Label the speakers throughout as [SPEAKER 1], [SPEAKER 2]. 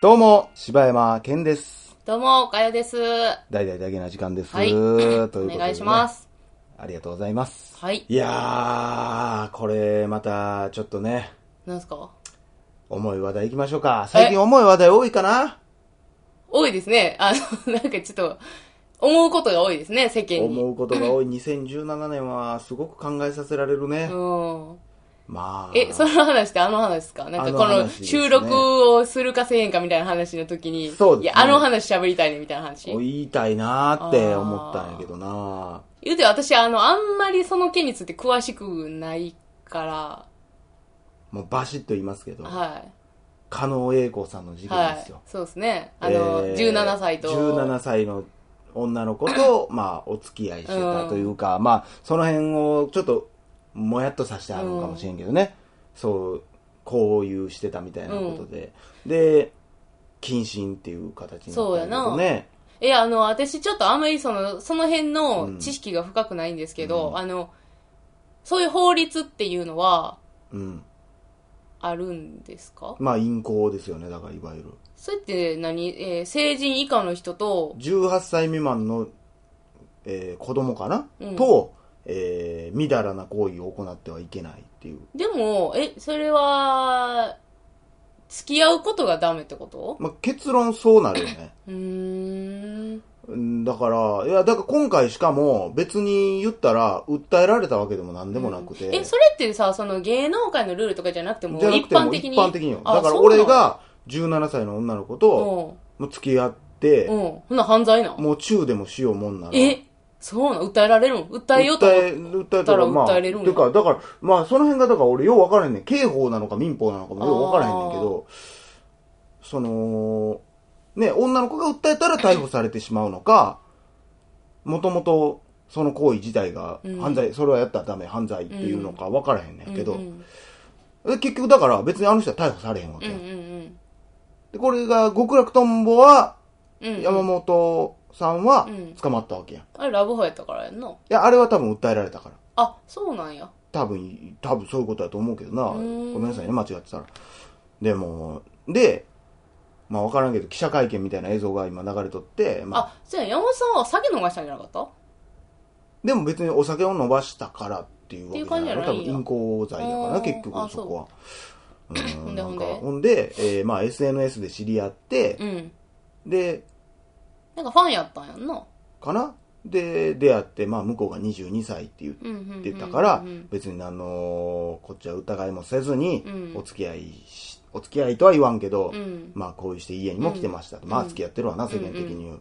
[SPEAKER 1] どうも、柴山健です。
[SPEAKER 2] どうも、おかよです。は
[SPEAKER 1] 大々だけな時間です。
[SPEAKER 2] い。
[SPEAKER 1] ということ
[SPEAKER 2] お
[SPEAKER 1] で、ね。
[SPEAKER 2] 願いしま。す。
[SPEAKER 1] ありがとうございます。
[SPEAKER 2] はい。
[SPEAKER 1] いやー、これまたちょっとね、
[SPEAKER 2] なんすか
[SPEAKER 1] 重い話題行きましょうか。最近重い話題多いかな
[SPEAKER 2] 多いですね。あの、 なんかちょっと、思うことが多いですね、世間に。
[SPEAKER 1] 思うことが多い2017年はすごく考えさせられるね。
[SPEAKER 2] うん。
[SPEAKER 1] まあ。
[SPEAKER 2] え、その話ってあの話ですかなん
[SPEAKER 1] あ
[SPEAKER 2] か
[SPEAKER 1] の
[SPEAKER 2] こ
[SPEAKER 1] 話
[SPEAKER 2] の
[SPEAKER 1] ですね
[SPEAKER 2] 収録をするかせえへんかみたいな話の時に、
[SPEAKER 1] そうですね
[SPEAKER 2] いや、あの話喋りたいねみたいな話。
[SPEAKER 1] 言いたいなーって思ったんやけどな
[SPEAKER 2] 言うて私、あの、あんまりその件について詳しくないか
[SPEAKER 1] もうバシッと言いますけど
[SPEAKER 2] ら、、はい。
[SPEAKER 1] 加納英子さんの事件
[SPEAKER 2] は
[SPEAKER 1] です
[SPEAKER 2] い
[SPEAKER 1] よ。。
[SPEAKER 2] そうですね。あの、
[SPEAKER 1] えー
[SPEAKER 2] 17歳と。
[SPEAKER 1] 17歳の女の子 と、まあ、お付き合いしてたというか、まあ、その辺をちょっと、もやっとさせてあるのかもしれんけどね。そう、交友してたみたいなことで。で、謹慎っていう形になったんだけどね。
[SPEAKER 2] いや、あの、私ちょっとあんまりその、その辺の知識が深くないんですけど、
[SPEAKER 1] うん
[SPEAKER 2] あの、そういう法律っていうのは
[SPEAKER 1] うん。
[SPEAKER 2] あるんですか
[SPEAKER 1] まあ、陰行ですよね、だから、いわゆる。
[SPEAKER 2] それって何、えー成人以下の人と、
[SPEAKER 1] 18歳未満の、えー子供かな、
[SPEAKER 2] うん
[SPEAKER 1] と、えーみだらな行為を行ってはいけないっていう。
[SPEAKER 2] でも、え、それは、付き合うことがダメってこと
[SPEAKER 1] まあ、結論そうなるよね。
[SPEAKER 2] うーん。
[SPEAKER 1] うんだから、いや、だから今回しかも別に言ったら訴えられたわけでも何でもなくて。
[SPEAKER 2] え、それってさ、その芸能界のルールとかじゃなくても、
[SPEAKER 1] じゃな
[SPEAKER 2] 一
[SPEAKER 1] くても
[SPEAKER 2] 般的に。
[SPEAKER 1] 一般的によ。
[SPEAKER 2] あ
[SPEAKER 1] だから俺、が17歳の女の子
[SPEAKER 2] そう
[SPEAKER 1] ともう付き合って、
[SPEAKER 2] なのうん。うん。ほんなら犯罪なん
[SPEAKER 1] もう中でもしようもんなら。
[SPEAKER 2] え、そうなん訴えられるん訴
[SPEAKER 1] 訴
[SPEAKER 2] えようと思って
[SPEAKER 1] え、訴えたら、まあ、
[SPEAKER 2] 訴えれるんや
[SPEAKER 1] てか、だから、まあ、その辺が、だから俺よう分からへんねん。刑法なのか民法なのかもよう分からへんねんけど、その、ね、女の子が訴えたら逮捕されてしまうのか、もともと、その行為自体が
[SPEAKER 2] うん
[SPEAKER 1] 犯罪、それはやったらダメ、犯罪っていうのか分からへんねんけど、
[SPEAKER 2] うん
[SPEAKER 1] で結局だから別にあの人は逮捕されへんわ
[SPEAKER 2] う
[SPEAKER 1] け
[SPEAKER 2] んう
[SPEAKER 1] や、
[SPEAKER 2] んうん
[SPEAKER 1] で、これが極楽とんぼは、
[SPEAKER 2] うんうん
[SPEAKER 1] 山本さんは
[SPEAKER 2] うん
[SPEAKER 1] 捕まったわけや。ん、い
[SPEAKER 2] あれラブホやったからやんな
[SPEAKER 1] や、あれは多分訴えられたから。
[SPEAKER 2] あそうなんや
[SPEAKER 1] 多分、多分そういうことだと思うけどな。ご
[SPEAKER 2] うーん
[SPEAKER 1] めんなさいね、間違ってたら。でも、で、まあ分からんけど、記者会見みたいな映像が今流れとって、まあ、
[SPEAKER 2] あじゃあ山本さんは酒飲ましたんじゃなかった
[SPEAKER 1] でも別にお酒を飲ばしたからっていうわけじゃないの
[SPEAKER 2] っ
[SPEAKER 1] 多
[SPEAKER 2] て
[SPEAKER 1] 分、
[SPEAKER 2] いう感じじゃないんや
[SPEAKER 1] 飲行罪だから
[SPEAKER 2] あ
[SPEAKER 1] な、
[SPEAKER 2] ー
[SPEAKER 1] 結局そこは。うー
[SPEAKER 2] ほ
[SPEAKER 1] ん
[SPEAKER 2] んで
[SPEAKER 1] なんか
[SPEAKER 2] ほんで
[SPEAKER 1] ほんで、えーまあ SNS で知り合って
[SPEAKER 2] う、ん
[SPEAKER 1] で、
[SPEAKER 2] なんかファンやったんやんな
[SPEAKER 1] かなで、出会って、まあ向こうが22歳っていう
[SPEAKER 2] うんうんうんうん
[SPEAKER 1] ってたから
[SPEAKER 2] うんうん、
[SPEAKER 1] 別にあのーこっちは疑いもせずに
[SPEAKER 2] う、ん
[SPEAKER 1] お付き合いし、お付き合いとは言わんけど
[SPEAKER 2] う、ん
[SPEAKER 1] まあこうして家にも来てましたと。まあ
[SPEAKER 2] うん
[SPEAKER 1] 付き合ってるわな、世間的に言う。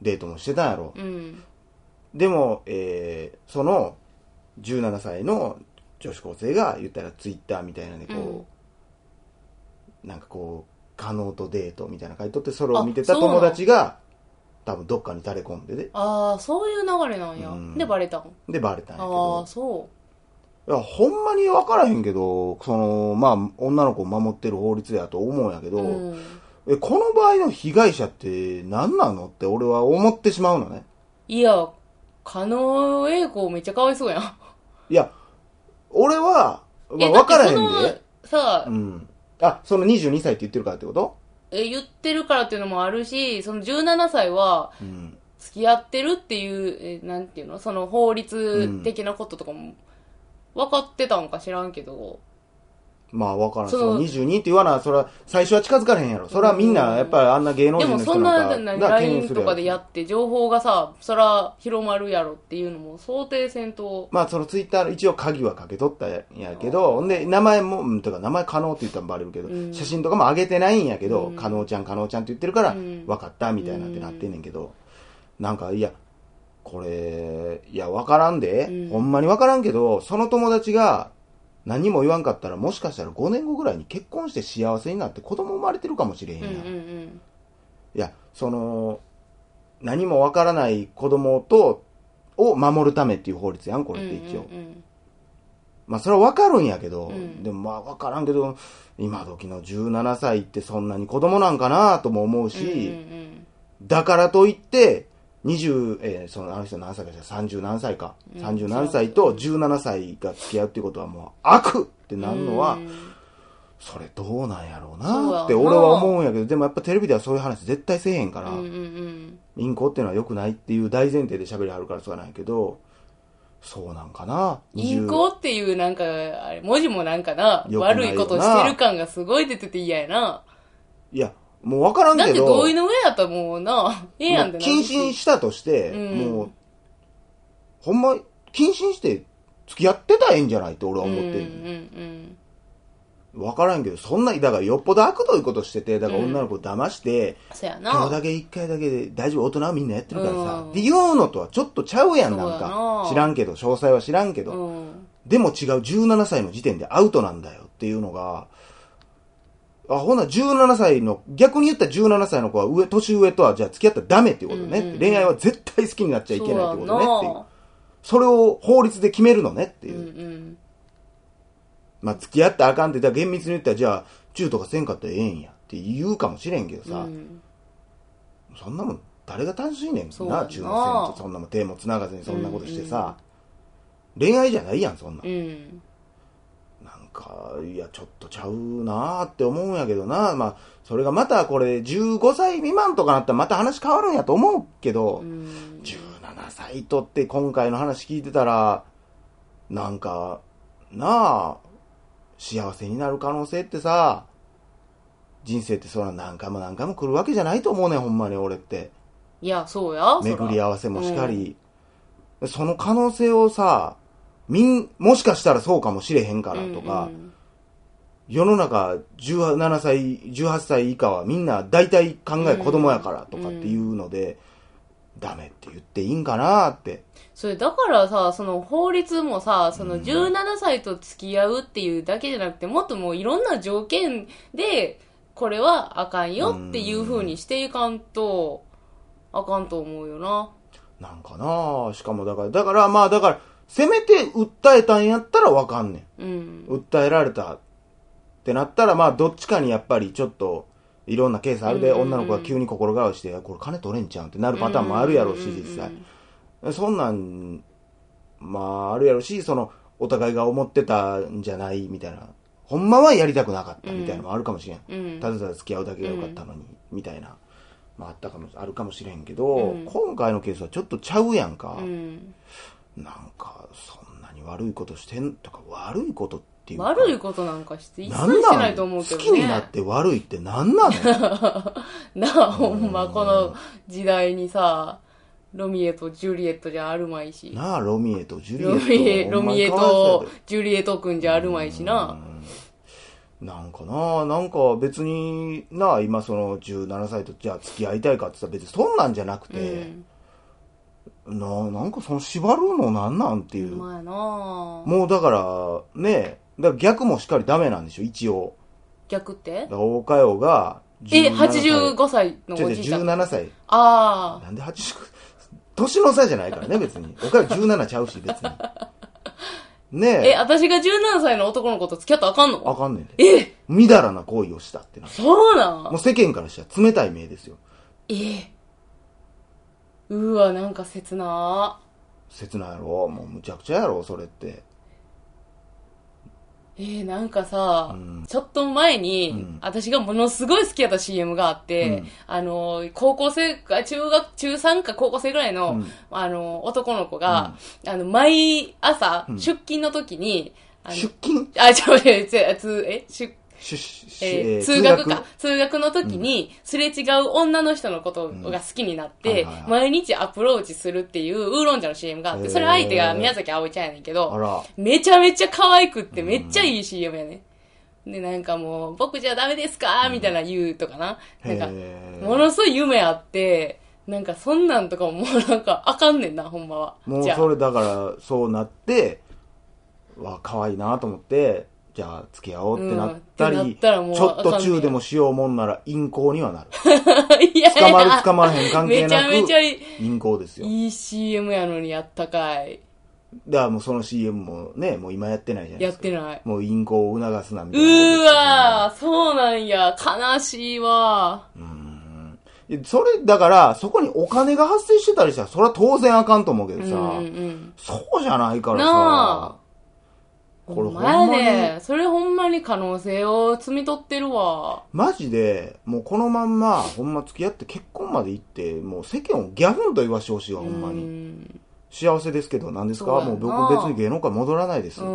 [SPEAKER 1] デートもしてたんやろ。
[SPEAKER 2] うん
[SPEAKER 1] でも、えーその、17歳の女子高生が言ったらツイッターみたいなんでこう、なんかこう、可能とデートみたいなの書いとって、それを見てた
[SPEAKER 2] あそうなん
[SPEAKER 1] 友達が、多分どっかに垂れ込んでで、
[SPEAKER 2] ああそういう流れなんや
[SPEAKER 1] うん
[SPEAKER 2] でバレたん
[SPEAKER 1] でバレたんやけ
[SPEAKER 2] あ
[SPEAKER 1] ど
[SPEAKER 2] あ。そ
[SPEAKER 1] いや、ほんまに分からへんけど、その、まあ、女の子を守ってる法律やと思うんやけ
[SPEAKER 2] う
[SPEAKER 1] ど、
[SPEAKER 2] うん
[SPEAKER 1] え、この場合の被害者って何なのって俺は思ってしまうのね。
[SPEAKER 2] いや加納英子めっちゃかわいそうやん
[SPEAKER 1] いや、俺は、まあ、
[SPEAKER 2] え
[SPEAKER 1] 分からへん
[SPEAKER 2] だって
[SPEAKER 1] で。
[SPEAKER 2] そのさ
[SPEAKER 1] うん。あ、その22歳って言ってるからってこと
[SPEAKER 2] え言ってるからっていうのもあるしその17歳は
[SPEAKER 1] うん。
[SPEAKER 2] 付き合ってるっていう、えなんていうのその法律的なこととかも分かってたんか知らんけど、
[SPEAKER 1] まあ分からん。そ
[SPEAKER 2] その
[SPEAKER 1] の22って言わな、それは最初は近づかれへんやろ。それはみんな、やっぱりあんな芸能
[SPEAKER 2] で
[SPEAKER 1] 人
[SPEAKER 2] も
[SPEAKER 1] の
[SPEAKER 2] そ
[SPEAKER 1] 人
[SPEAKER 2] ん
[SPEAKER 1] な
[SPEAKER 2] なん
[SPEAKER 1] か、
[SPEAKER 2] 何
[SPEAKER 1] が敬遠
[SPEAKER 2] LINE
[SPEAKER 1] する
[SPEAKER 2] と
[SPEAKER 1] や
[SPEAKER 2] かでや
[SPEAKER 1] ろ。
[SPEAKER 2] って情報がさそら広まるやろっていうのも想定せんと
[SPEAKER 1] まあそのツイッターの一応鍵はかけとったんやけど、ほんで名前も、うん、とか名前可能って言ったらバレるけど、
[SPEAKER 2] うん
[SPEAKER 1] 写真とかも上げてないんやけど、
[SPEAKER 2] うん
[SPEAKER 1] 可能ちゃん可能ちゃんって言ってるから、
[SPEAKER 2] うん
[SPEAKER 1] 分かったみたいなんてなってんねんけど、なんかいや、これ、いや分からんで、
[SPEAKER 2] うん
[SPEAKER 1] ほんまに分からんけど、その友達が何も言わんかったらもしかしたら5年後ぐらいに結婚して幸せになって子供生まれてるかもしれへん
[SPEAKER 2] うん
[SPEAKER 1] や。
[SPEAKER 2] うんん
[SPEAKER 1] いや、その、何も分からない子供と、を守るためっていう法律やん、こ
[SPEAKER 2] うん
[SPEAKER 1] れって一応。
[SPEAKER 2] うんうん
[SPEAKER 1] まあそれはわかるんやけど、
[SPEAKER 2] うん
[SPEAKER 1] でもまあわからんけど、今時の17歳ってそんなに子供なんかなとも思う
[SPEAKER 2] うんうん
[SPEAKER 1] し、
[SPEAKER 2] うん
[SPEAKER 1] だからといって、20、えーそのあの人何歳かじゃ30何歳か。
[SPEAKER 2] うん
[SPEAKER 1] 30何歳と17歳が付き合うっていうことはもう悪ってなるのは、
[SPEAKER 2] うん
[SPEAKER 1] それどうなんやろう
[SPEAKER 2] そうや
[SPEAKER 1] な
[SPEAKER 2] な
[SPEAKER 1] って俺は思うんやけど、でもやっぱテレビではそういう話絶対せえへんか
[SPEAKER 2] う
[SPEAKER 1] ら、
[SPEAKER 2] んうん
[SPEAKER 1] 陰行っていうのは良くないっていう大前提で喋りはるからそうやないけど、そうなんかな
[SPEAKER 2] うん。
[SPEAKER 1] 20
[SPEAKER 2] 銀行っていうなんか、あれ、文字もなんかな、
[SPEAKER 1] よくないよな
[SPEAKER 2] 悪いことしてる感がすごい出てて嫌やな。
[SPEAKER 1] いや、もうわからんけど。
[SPEAKER 2] だって同意の上やったらもうな、ええやんっ
[SPEAKER 1] も
[SPEAKER 2] て
[SPEAKER 1] う
[SPEAKER 2] な
[SPEAKER 1] 謹慎したとして、
[SPEAKER 2] うん
[SPEAKER 1] もう、ほんま、謹慎して付き合ってたらええんじゃないって俺は
[SPEAKER 2] うん
[SPEAKER 1] 思って
[SPEAKER 2] うん
[SPEAKER 1] る。
[SPEAKER 2] うん
[SPEAKER 1] わ、からんけど、そんな、だからよっぽど悪どいことしてて、だから
[SPEAKER 2] うん
[SPEAKER 1] 女の子を騙して、
[SPEAKER 2] そやな。
[SPEAKER 1] 今日だけ一回だけで大丈夫、大人はみんなやってるからさ、
[SPEAKER 2] うん
[SPEAKER 1] っていうのとはちょっとちゃうやん、なん
[SPEAKER 2] そうや
[SPEAKER 1] か
[SPEAKER 2] な。
[SPEAKER 1] 知らんけど、詳細は知らんけど、
[SPEAKER 2] うん。
[SPEAKER 1] でも違う、17歳の時点でアウトなんだよっていうのが、あ、ほな、17歳の、逆に言ったら17歳の子は上、年上とはじゃあ付き合ったらダメっていうことね。
[SPEAKER 2] うんうんうん
[SPEAKER 1] 恋愛は絶対好きになっちゃいけないってことねっていう。
[SPEAKER 2] そ
[SPEAKER 1] それを法律で決めるのねって
[SPEAKER 2] う
[SPEAKER 1] い
[SPEAKER 2] や
[SPEAKER 1] う。
[SPEAKER 2] なうんうん。
[SPEAKER 1] まあ、付き合ったらあかんって、だから厳密に言ったらじゃあ、中とかせんかったらええんやって言うかもしれんけどさ、
[SPEAKER 2] うん
[SPEAKER 1] そんなもん、誰が楽しいねんな、中
[SPEAKER 2] そうやな
[SPEAKER 1] のせんと。そんなもん手も繋がずにそんなことしてさ、恋愛じゃないやん、そんなん
[SPEAKER 2] うん。
[SPEAKER 1] なんか、いや、ちょっとちゃうなーって思うんやけどな。まあ、それがまたこれ、15歳未満とかなったらまた話変わるんやと思うけど、
[SPEAKER 2] うん
[SPEAKER 1] 17歳とって今回の話聞いてたら、なんか、なあ、幸せになる可能性ってさ、人生ってそら何回も何回も来るわけじゃないと思うねん、ほんまに俺って。
[SPEAKER 2] いや、そうや。そら
[SPEAKER 1] 巡り合わせもしかり、その可能性をさ、みん、もしかしたらそうかもしれへんからとか、
[SPEAKER 2] うんうん
[SPEAKER 1] 世の中17歳、18歳以下はみんな大体考え子供やからとかっていうので、ダメって言っていいんかなって。
[SPEAKER 2] それだからさ、その法律もさ、その17歳と付き合うっていうだけじゃなくて、もっともういろんな条件で、これはあかんよっていう風にしていかんと、あかんと思うよな。
[SPEAKER 1] なんかなしかもだから、だからまあだから、せめて訴えたんやったらわかんね
[SPEAKER 2] うん
[SPEAKER 1] ん。。訴えられたってなったら、まあどっちかにやっぱりちょっと、いろんなケースあるで、
[SPEAKER 2] うんうんうん
[SPEAKER 1] 女の子が急に心変わりして、これ金取れんちゃうんってなるパターンもあるやろうし、実際。そんなん、まあ、あるやろし、その、お互いが思ってたんじゃないみたいな。ほんまはやりたくなかったみたいなのもあるかもしれん。
[SPEAKER 2] うん。
[SPEAKER 1] ただただ付き合うだけが良かったのに、みたいな。まあ、あったかも、あるかもしれんけど、
[SPEAKER 2] うん
[SPEAKER 1] 今回のケースはちょっとちゃうやんか。
[SPEAKER 2] うん。
[SPEAKER 1] なんか、そんなに悪いことしてん、とか悪いことっていうか。
[SPEAKER 2] 悪いことなんかして、一切
[SPEAKER 1] なんなん
[SPEAKER 2] してないと思うけど
[SPEAKER 1] 好
[SPEAKER 2] ね。
[SPEAKER 1] きになって悪いってなんなの
[SPEAKER 2] なあ、ほんま、この時代にさ、ロミエとジュリエットじゃあるまいし。
[SPEAKER 1] なあ、ロミエとジュリエ
[SPEAKER 2] ロミエ、
[SPEAKER 1] ット。
[SPEAKER 2] ロミエ
[SPEAKER 1] ほんまにかわいそうや
[SPEAKER 2] と
[SPEAKER 1] で
[SPEAKER 2] ジュリエットくんじゃあるまいしな。
[SPEAKER 1] なんかな、なんか別にな、今その17歳とじゃあ付き合いたいかって言ったら別にそんなんじゃなく
[SPEAKER 2] う
[SPEAKER 1] て、
[SPEAKER 2] ん。
[SPEAKER 1] な、なんかその縛るのなんなんっていう。
[SPEAKER 2] ほんまやな
[SPEAKER 1] もうだから、ね、だから逆もしっかりダメなんでしょ、一応。
[SPEAKER 2] 逆って
[SPEAKER 1] だから大佳代が
[SPEAKER 2] え、
[SPEAKER 1] 85
[SPEAKER 2] 85歳の
[SPEAKER 1] 歳。違う
[SPEAKER 2] おじいちゃ。
[SPEAKER 1] 違うん
[SPEAKER 2] あ
[SPEAKER 1] 17歳。
[SPEAKER 2] あ
[SPEAKER 1] なんで80、年の差じゃないからね、別に。おか代17ちゃうし、別 に。ね
[SPEAKER 2] ー。え、私が17歳の男の子と付き合ったらあかん
[SPEAKER 1] あ
[SPEAKER 2] の
[SPEAKER 1] かんねんで。
[SPEAKER 2] え、
[SPEAKER 1] みだらな行為をしたってな。
[SPEAKER 2] そう
[SPEAKER 1] も
[SPEAKER 2] なん
[SPEAKER 1] う世間からしたら冷たい目ですよ。
[SPEAKER 2] え、うわ、なんか切な
[SPEAKER 1] 切ないやろもうむちゃくちゃやろそれって。
[SPEAKER 2] えー、なんかさ、
[SPEAKER 1] うん
[SPEAKER 2] ちょっと前に、
[SPEAKER 1] うん
[SPEAKER 2] 私がものすごい好きやった CM があって、
[SPEAKER 1] うん
[SPEAKER 2] あの、高校生か、中学、中3か高校生ぐらいの、
[SPEAKER 1] うん
[SPEAKER 2] あの、男の子が、あの、毎朝、
[SPEAKER 1] うん
[SPEAKER 2] 出勤の時に、あの
[SPEAKER 1] 出勤
[SPEAKER 2] あ、ちょ、 え、つ、え、出
[SPEAKER 1] 出出
[SPEAKER 2] え
[SPEAKER 1] え
[SPEAKER 2] ー
[SPEAKER 1] ー
[SPEAKER 2] 通学か。通学の時に、すれ違う女の人のことが好きになっ
[SPEAKER 1] うんはい
[SPEAKER 2] て
[SPEAKER 1] はいは、い
[SPEAKER 2] 毎日アプローチするっていう、ウーロン茶の CM があっ
[SPEAKER 1] へ
[SPEAKER 2] て、
[SPEAKER 1] ー
[SPEAKER 2] それ相手が宮崎葵ちゃんやねんけ
[SPEAKER 1] あ
[SPEAKER 2] ど、
[SPEAKER 1] ら。
[SPEAKER 2] めちゃめちゃ可愛くって、めっちゃいい CM やね。で、なんかもう、僕じゃダメですかみたいな言うとかな。なんか、
[SPEAKER 1] へー
[SPEAKER 2] ものすごい夢あって、なんかそんなんとかももうなんかあかんねんな、ほんまは。
[SPEAKER 1] もう
[SPEAKER 2] じゃあ
[SPEAKER 1] それだから、そうなって、わ、可愛いなと思って、じゃあ付き合おうってなったり、
[SPEAKER 2] うんってなったらもう
[SPEAKER 1] ちょっと中でもしようもんなら陰行には なる。
[SPEAKER 2] いや
[SPEAKER 1] 捕
[SPEAKER 2] いや
[SPEAKER 1] まる捕まらへん関係
[SPEAKER 2] めち
[SPEAKER 1] な
[SPEAKER 2] ゃ
[SPEAKER 1] く、
[SPEAKER 2] めちゃいい
[SPEAKER 1] 陰行ですよ。
[SPEAKER 2] いい CM やのにやったかい。
[SPEAKER 1] だからもうその CM もね、もう今やってないじゃないで
[SPEAKER 2] やっ
[SPEAKER 1] すか。
[SPEAKER 2] てない。
[SPEAKER 1] もう陰行を促すなみ
[SPEAKER 2] う
[SPEAKER 1] たいなことです
[SPEAKER 2] ー
[SPEAKER 1] よ。
[SPEAKER 2] わー、そうなんや、悲しいわ
[SPEAKER 1] いやそれ、だから、そこにお金が発生してたりしたら、それは当然あかんと思うけど
[SPEAKER 2] ー。
[SPEAKER 1] さ、
[SPEAKER 2] うんうんうん。
[SPEAKER 1] そうじゃないから
[SPEAKER 2] な
[SPEAKER 1] さ
[SPEAKER 2] あ、
[SPEAKER 1] これほ
[SPEAKER 2] ほ
[SPEAKER 1] ん
[SPEAKER 2] ん
[SPEAKER 1] ま
[SPEAKER 2] ま
[SPEAKER 1] に、
[SPEAKER 2] やで、それほんままに可能性を摘み取ってるわ。
[SPEAKER 1] マジで、もうこのまんま、ほんま付き合って結婚まで行って、もう世間をギャフンと言わしてほしいわ、ほんまに。
[SPEAKER 2] に。
[SPEAKER 1] 幸せですけど、何です
[SPEAKER 2] そう
[SPEAKER 1] か
[SPEAKER 2] やん
[SPEAKER 1] も
[SPEAKER 2] な
[SPEAKER 1] う僕別に芸能界戻らないです。
[SPEAKER 2] う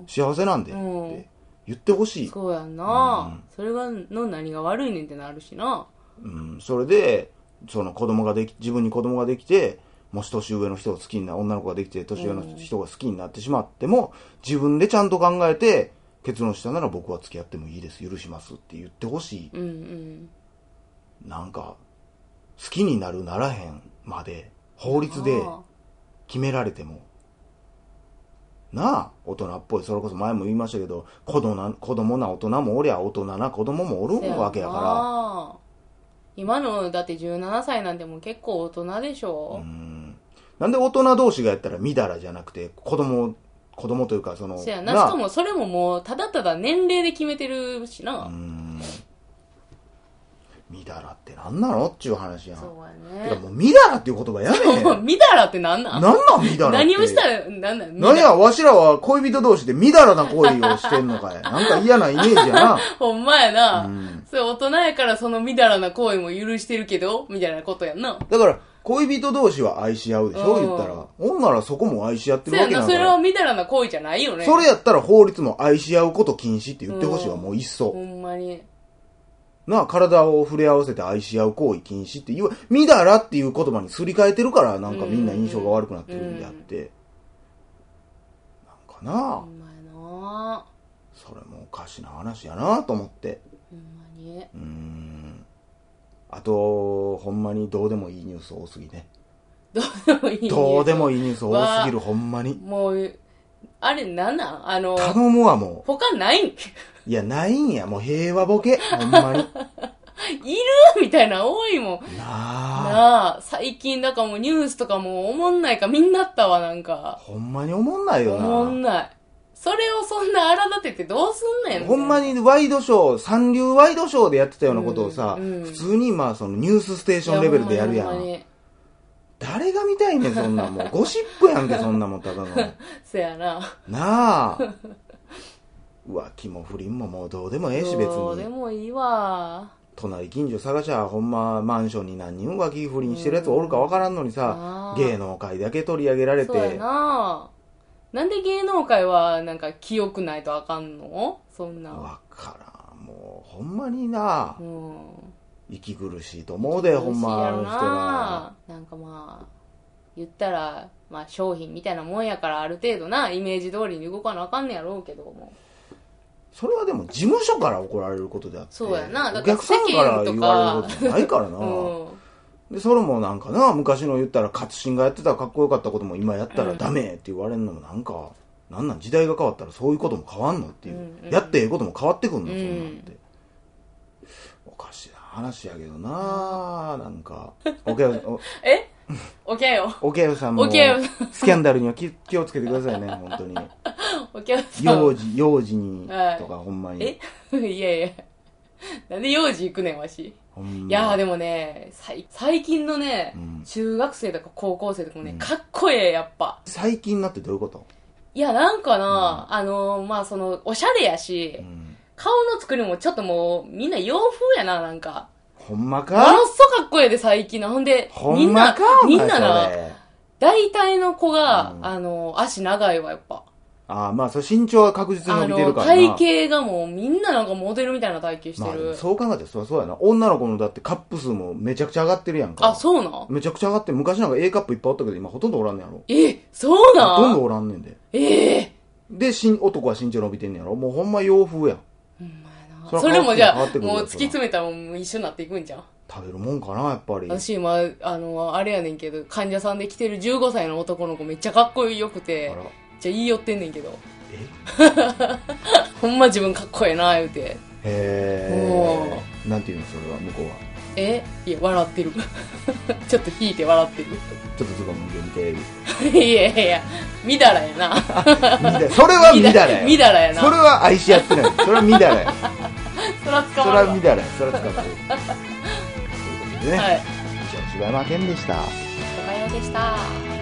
[SPEAKER 2] ん。
[SPEAKER 1] 幸せなんで、っ
[SPEAKER 2] うん
[SPEAKER 1] て言ってほしい。
[SPEAKER 2] そうやんな、
[SPEAKER 1] うん
[SPEAKER 2] それがの何が悪いねんってなるしな
[SPEAKER 1] うん、それで、その子供ができ、自分に子供ができて、もし年上の人を好きにな、女の子ができて、年上の人が好きになってしまっても、自分でちゃんと考えて、結論したなら僕は付き合ってもいいです、許しますって言ってほしい。
[SPEAKER 2] うんうん
[SPEAKER 1] なんか、好きになるならへんまで、法律で
[SPEAKER 2] あ
[SPEAKER 1] 決められても、なあ、大人っぽい。それこそ前も言いましたけど、子供な、子供な大人もおりゃ、大人な子供もおる
[SPEAKER 2] あせや
[SPEAKER 1] わけやから、
[SPEAKER 2] な今のだって17歳なんてもう結構大人でしょ、
[SPEAKER 1] うんなんで大人同士がやったらみだらじゃなくて、子供、子供というか、その、
[SPEAKER 2] せやなしかもそれももうただただ年齢で決めてるし
[SPEAKER 1] う
[SPEAKER 2] な、
[SPEAKER 1] んみだらってなんなのっちゅう話やん。
[SPEAKER 2] そう
[SPEAKER 1] て
[SPEAKER 2] や
[SPEAKER 1] か
[SPEAKER 2] ね
[SPEAKER 1] もうみだらっていう言葉やめへん。
[SPEAKER 2] もう見たらってなんな
[SPEAKER 1] なん
[SPEAKER 2] ん
[SPEAKER 1] なんみだらって。
[SPEAKER 2] 何をしたらなんなん
[SPEAKER 1] なんや、わしらは恋人同士でみだらな行為をしてんのかい。なんか嫌なイメージや な。
[SPEAKER 2] ほんまやな、
[SPEAKER 1] うん
[SPEAKER 2] それ大人やからそのみだらな行為も許してるけどみたいなことやんな
[SPEAKER 1] だから、恋人同士は愛し合うでしょ
[SPEAKER 2] うん
[SPEAKER 1] 言ったら。ほんならそこも愛し合って
[SPEAKER 2] そ
[SPEAKER 1] る
[SPEAKER 2] や
[SPEAKER 1] わけ
[SPEAKER 2] な
[SPEAKER 1] なん
[SPEAKER 2] そ
[SPEAKER 1] だか
[SPEAKER 2] れは
[SPEAKER 1] ら。
[SPEAKER 2] みだらな行為じゃないよね
[SPEAKER 1] それやったら法律も愛し合うこと禁止って言ってほしいわ、
[SPEAKER 2] うん
[SPEAKER 1] もういっ
[SPEAKER 2] ほ
[SPEAKER 1] そ。
[SPEAKER 2] んまに
[SPEAKER 1] なあ、体を触れ合わせて愛し合う行為禁止って言う、みだらっていう言葉にすり替えてるから、なんかみんな印象が悪くなってるんであって。なんかな
[SPEAKER 2] ほんまやな
[SPEAKER 1] それもおかしな話やなと思って。
[SPEAKER 2] ほんまに
[SPEAKER 1] うーんあと、ほんまにどうでもいいニュース多すぎね。
[SPEAKER 2] どうでもいいね
[SPEAKER 1] どうでもいいニュース多すぎる、ほんまに。
[SPEAKER 2] もうあれなんなんあの
[SPEAKER 1] 頼むわ、も。
[SPEAKER 2] 他ないん いう
[SPEAKER 1] いや、ないんや、もう平和ボケ。ほんま に。
[SPEAKER 2] るみたいな多いもん
[SPEAKER 1] なあ。
[SPEAKER 2] なあ最近だからもうニュースとかもおもんないかみんなあったわなんか
[SPEAKER 1] ほんまに思んない
[SPEAKER 2] お
[SPEAKER 1] よ
[SPEAKER 2] もん
[SPEAKER 1] な。
[SPEAKER 2] ないそれをそんな荒立ててどうすんねん
[SPEAKER 1] ほんま
[SPEAKER 2] に
[SPEAKER 1] にワイドショー、三流ワイドショーでやってたようなことをさ、
[SPEAKER 2] うんうん
[SPEAKER 1] 普通にまあそのニュースステーションレベルでやるや
[SPEAKER 2] ほんま
[SPEAKER 1] ん。
[SPEAKER 2] に
[SPEAKER 1] 誰が見たいねん、そんなんもう。ゴシップやんけ、そんなもん、た だの。
[SPEAKER 2] そやな
[SPEAKER 1] なあ。浮気も不倫ももうどうでもええし、別に。
[SPEAKER 2] どうでもいいわ
[SPEAKER 1] 隣近所探しゃほんまマンションに何人浮気不倫してるやつおるかわからんのにさ
[SPEAKER 2] あ、ー
[SPEAKER 1] 芸能界だけ取り上げられ
[SPEAKER 2] そうや
[SPEAKER 1] て
[SPEAKER 2] ななんで芸能界はなんか記憶ないとあかんのそんな
[SPEAKER 1] わからんもうほんまにな
[SPEAKER 2] うん
[SPEAKER 1] 息苦しいと思うでほんまあの人ら
[SPEAKER 2] ななんかまあ言ったら、まあ、商品みたいなもんやからある程度なイメージ通りに動かなあかんねやろうけども
[SPEAKER 1] それはでも事務所から怒られることであって
[SPEAKER 2] そうやなだ
[SPEAKER 1] お
[SPEAKER 2] から
[SPEAKER 1] 客さんから
[SPEAKER 2] 世間とか
[SPEAKER 1] 言われることじゃないからな、
[SPEAKER 2] うん
[SPEAKER 1] でそれもなんかな昔の言ったら勝新がやってたかっこよかったことも今やったらダメって言われるのもなんか、なんなん時代が変わったらそういうことも変わんのっていう、
[SPEAKER 2] うんうん
[SPEAKER 1] やってええことも変わってくんの、
[SPEAKER 2] うん
[SPEAKER 1] そんなんておかしな話やけどな、なんかおけお
[SPEAKER 2] えおけよ
[SPEAKER 1] おけよさんも
[SPEAKER 2] おけよ
[SPEAKER 1] スキャンダルには気気をつけてくださいね本当 に
[SPEAKER 2] おけよさん
[SPEAKER 1] 幼児幼児に
[SPEAKER 2] はい
[SPEAKER 1] とかほんまに
[SPEAKER 2] えいやいやなんで幼児行くねんわし
[SPEAKER 1] ほんま
[SPEAKER 2] いやーでもね最最近のね、
[SPEAKER 1] うん
[SPEAKER 2] 中学生とか高校生とかもね、
[SPEAKER 1] うん
[SPEAKER 2] かっこええやっぱ
[SPEAKER 1] 最近になってどういうこと、
[SPEAKER 2] いやなんかな、あのーまあそのおしゃれやし、
[SPEAKER 1] うん
[SPEAKER 2] 顔の作りもちょっともうみんな洋風やななんか
[SPEAKER 1] ほんま
[SPEAKER 2] もの
[SPEAKER 1] か
[SPEAKER 2] っそかっこええで最近なほんで
[SPEAKER 1] ほ
[SPEAKER 2] み
[SPEAKER 1] ん
[SPEAKER 2] ん
[SPEAKER 1] ま
[SPEAKER 2] な
[SPEAKER 1] かお
[SPEAKER 2] み
[SPEAKER 1] 前
[SPEAKER 2] んな
[SPEAKER 1] そ
[SPEAKER 2] な
[SPEAKER 1] れ
[SPEAKER 2] 大体の子が、
[SPEAKER 1] うん
[SPEAKER 2] あのー足長いわやっぱ
[SPEAKER 1] ああ、まあ、それ身長は確実に
[SPEAKER 2] あ
[SPEAKER 1] 伸びて
[SPEAKER 2] の
[SPEAKER 1] る
[SPEAKER 2] ー
[SPEAKER 1] からな。
[SPEAKER 2] 体型がもうみんななんかモデルみたいな体型して
[SPEAKER 1] まあ、でも
[SPEAKER 2] る、
[SPEAKER 1] そう考えたらそりゃそうやな。女の子のだってカップ数もめちゃくちゃ上がってるやんか。
[SPEAKER 2] あそうなん
[SPEAKER 1] めちゃくちゃ上がってる。昔なんか A カップいっぱいおったけど、今ほとんどおらんねんやろ。
[SPEAKER 2] えそう
[SPEAKER 1] ほと
[SPEAKER 2] なん
[SPEAKER 1] ど
[SPEAKER 2] ん
[SPEAKER 1] おらんねんで。
[SPEAKER 2] ええ
[SPEAKER 1] で、しん男は身長伸びてんねんやろ。もうほんま洋風やん。
[SPEAKER 2] そ
[SPEAKER 1] それ
[SPEAKER 2] れ
[SPEAKER 1] は
[SPEAKER 2] もじゃ
[SPEAKER 1] 変わ
[SPEAKER 2] あ
[SPEAKER 1] ってくるよ
[SPEAKER 2] もう突き詰めたらもう一緒になっていくんじゃん
[SPEAKER 1] 食べるもんかな、やっぱり。
[SPEAKER 2] 私今あのあれやねんけど患者さんで来てる15歳の男の子めっちゃかっこよく
[SPEAKER 1] あ
[SPEAKER 2] て
[SPEAKER 1] ら。
[SPEAKER 2] じゃあ言い寄ってんねんけど
[SPEAKER 1] え
[SPEAKER 2] ほんま自分かっこええな言うて
[SPEAKER 1] へえ。なんていうの、それは、向こうは。
[SPEAKER 2] えいや笑ってる ちょっと引いて笑って
[SPEAKER 1] ちょっとズボン向けみて。み
[SPEAKER 2] る いやいやいやみだらやな
[SPEAKER 1] たいそれはみだ ら
[SPEAKER 2] み
[SPEAKER 1] や。
[SPEAKER 2] だらやな
[SPEAKER 1] それは愛し合ってない。それはみだらや。
[SPEAKER 2] そら
[SPEAKER 1] そ
[SPEAKER 2] 捕
[SPEAKER 1] れ
[SPEAKER 2] まる
[SPEAKER 1] は
[SPEAKER 2] わ
[SPEAKER 1] みだらや。それ は使ってる。ということでね。
[SPEAKER 2] はい
[SPEAKER 1] 以上柴山健でした
[SPEAKER 2] おはようでした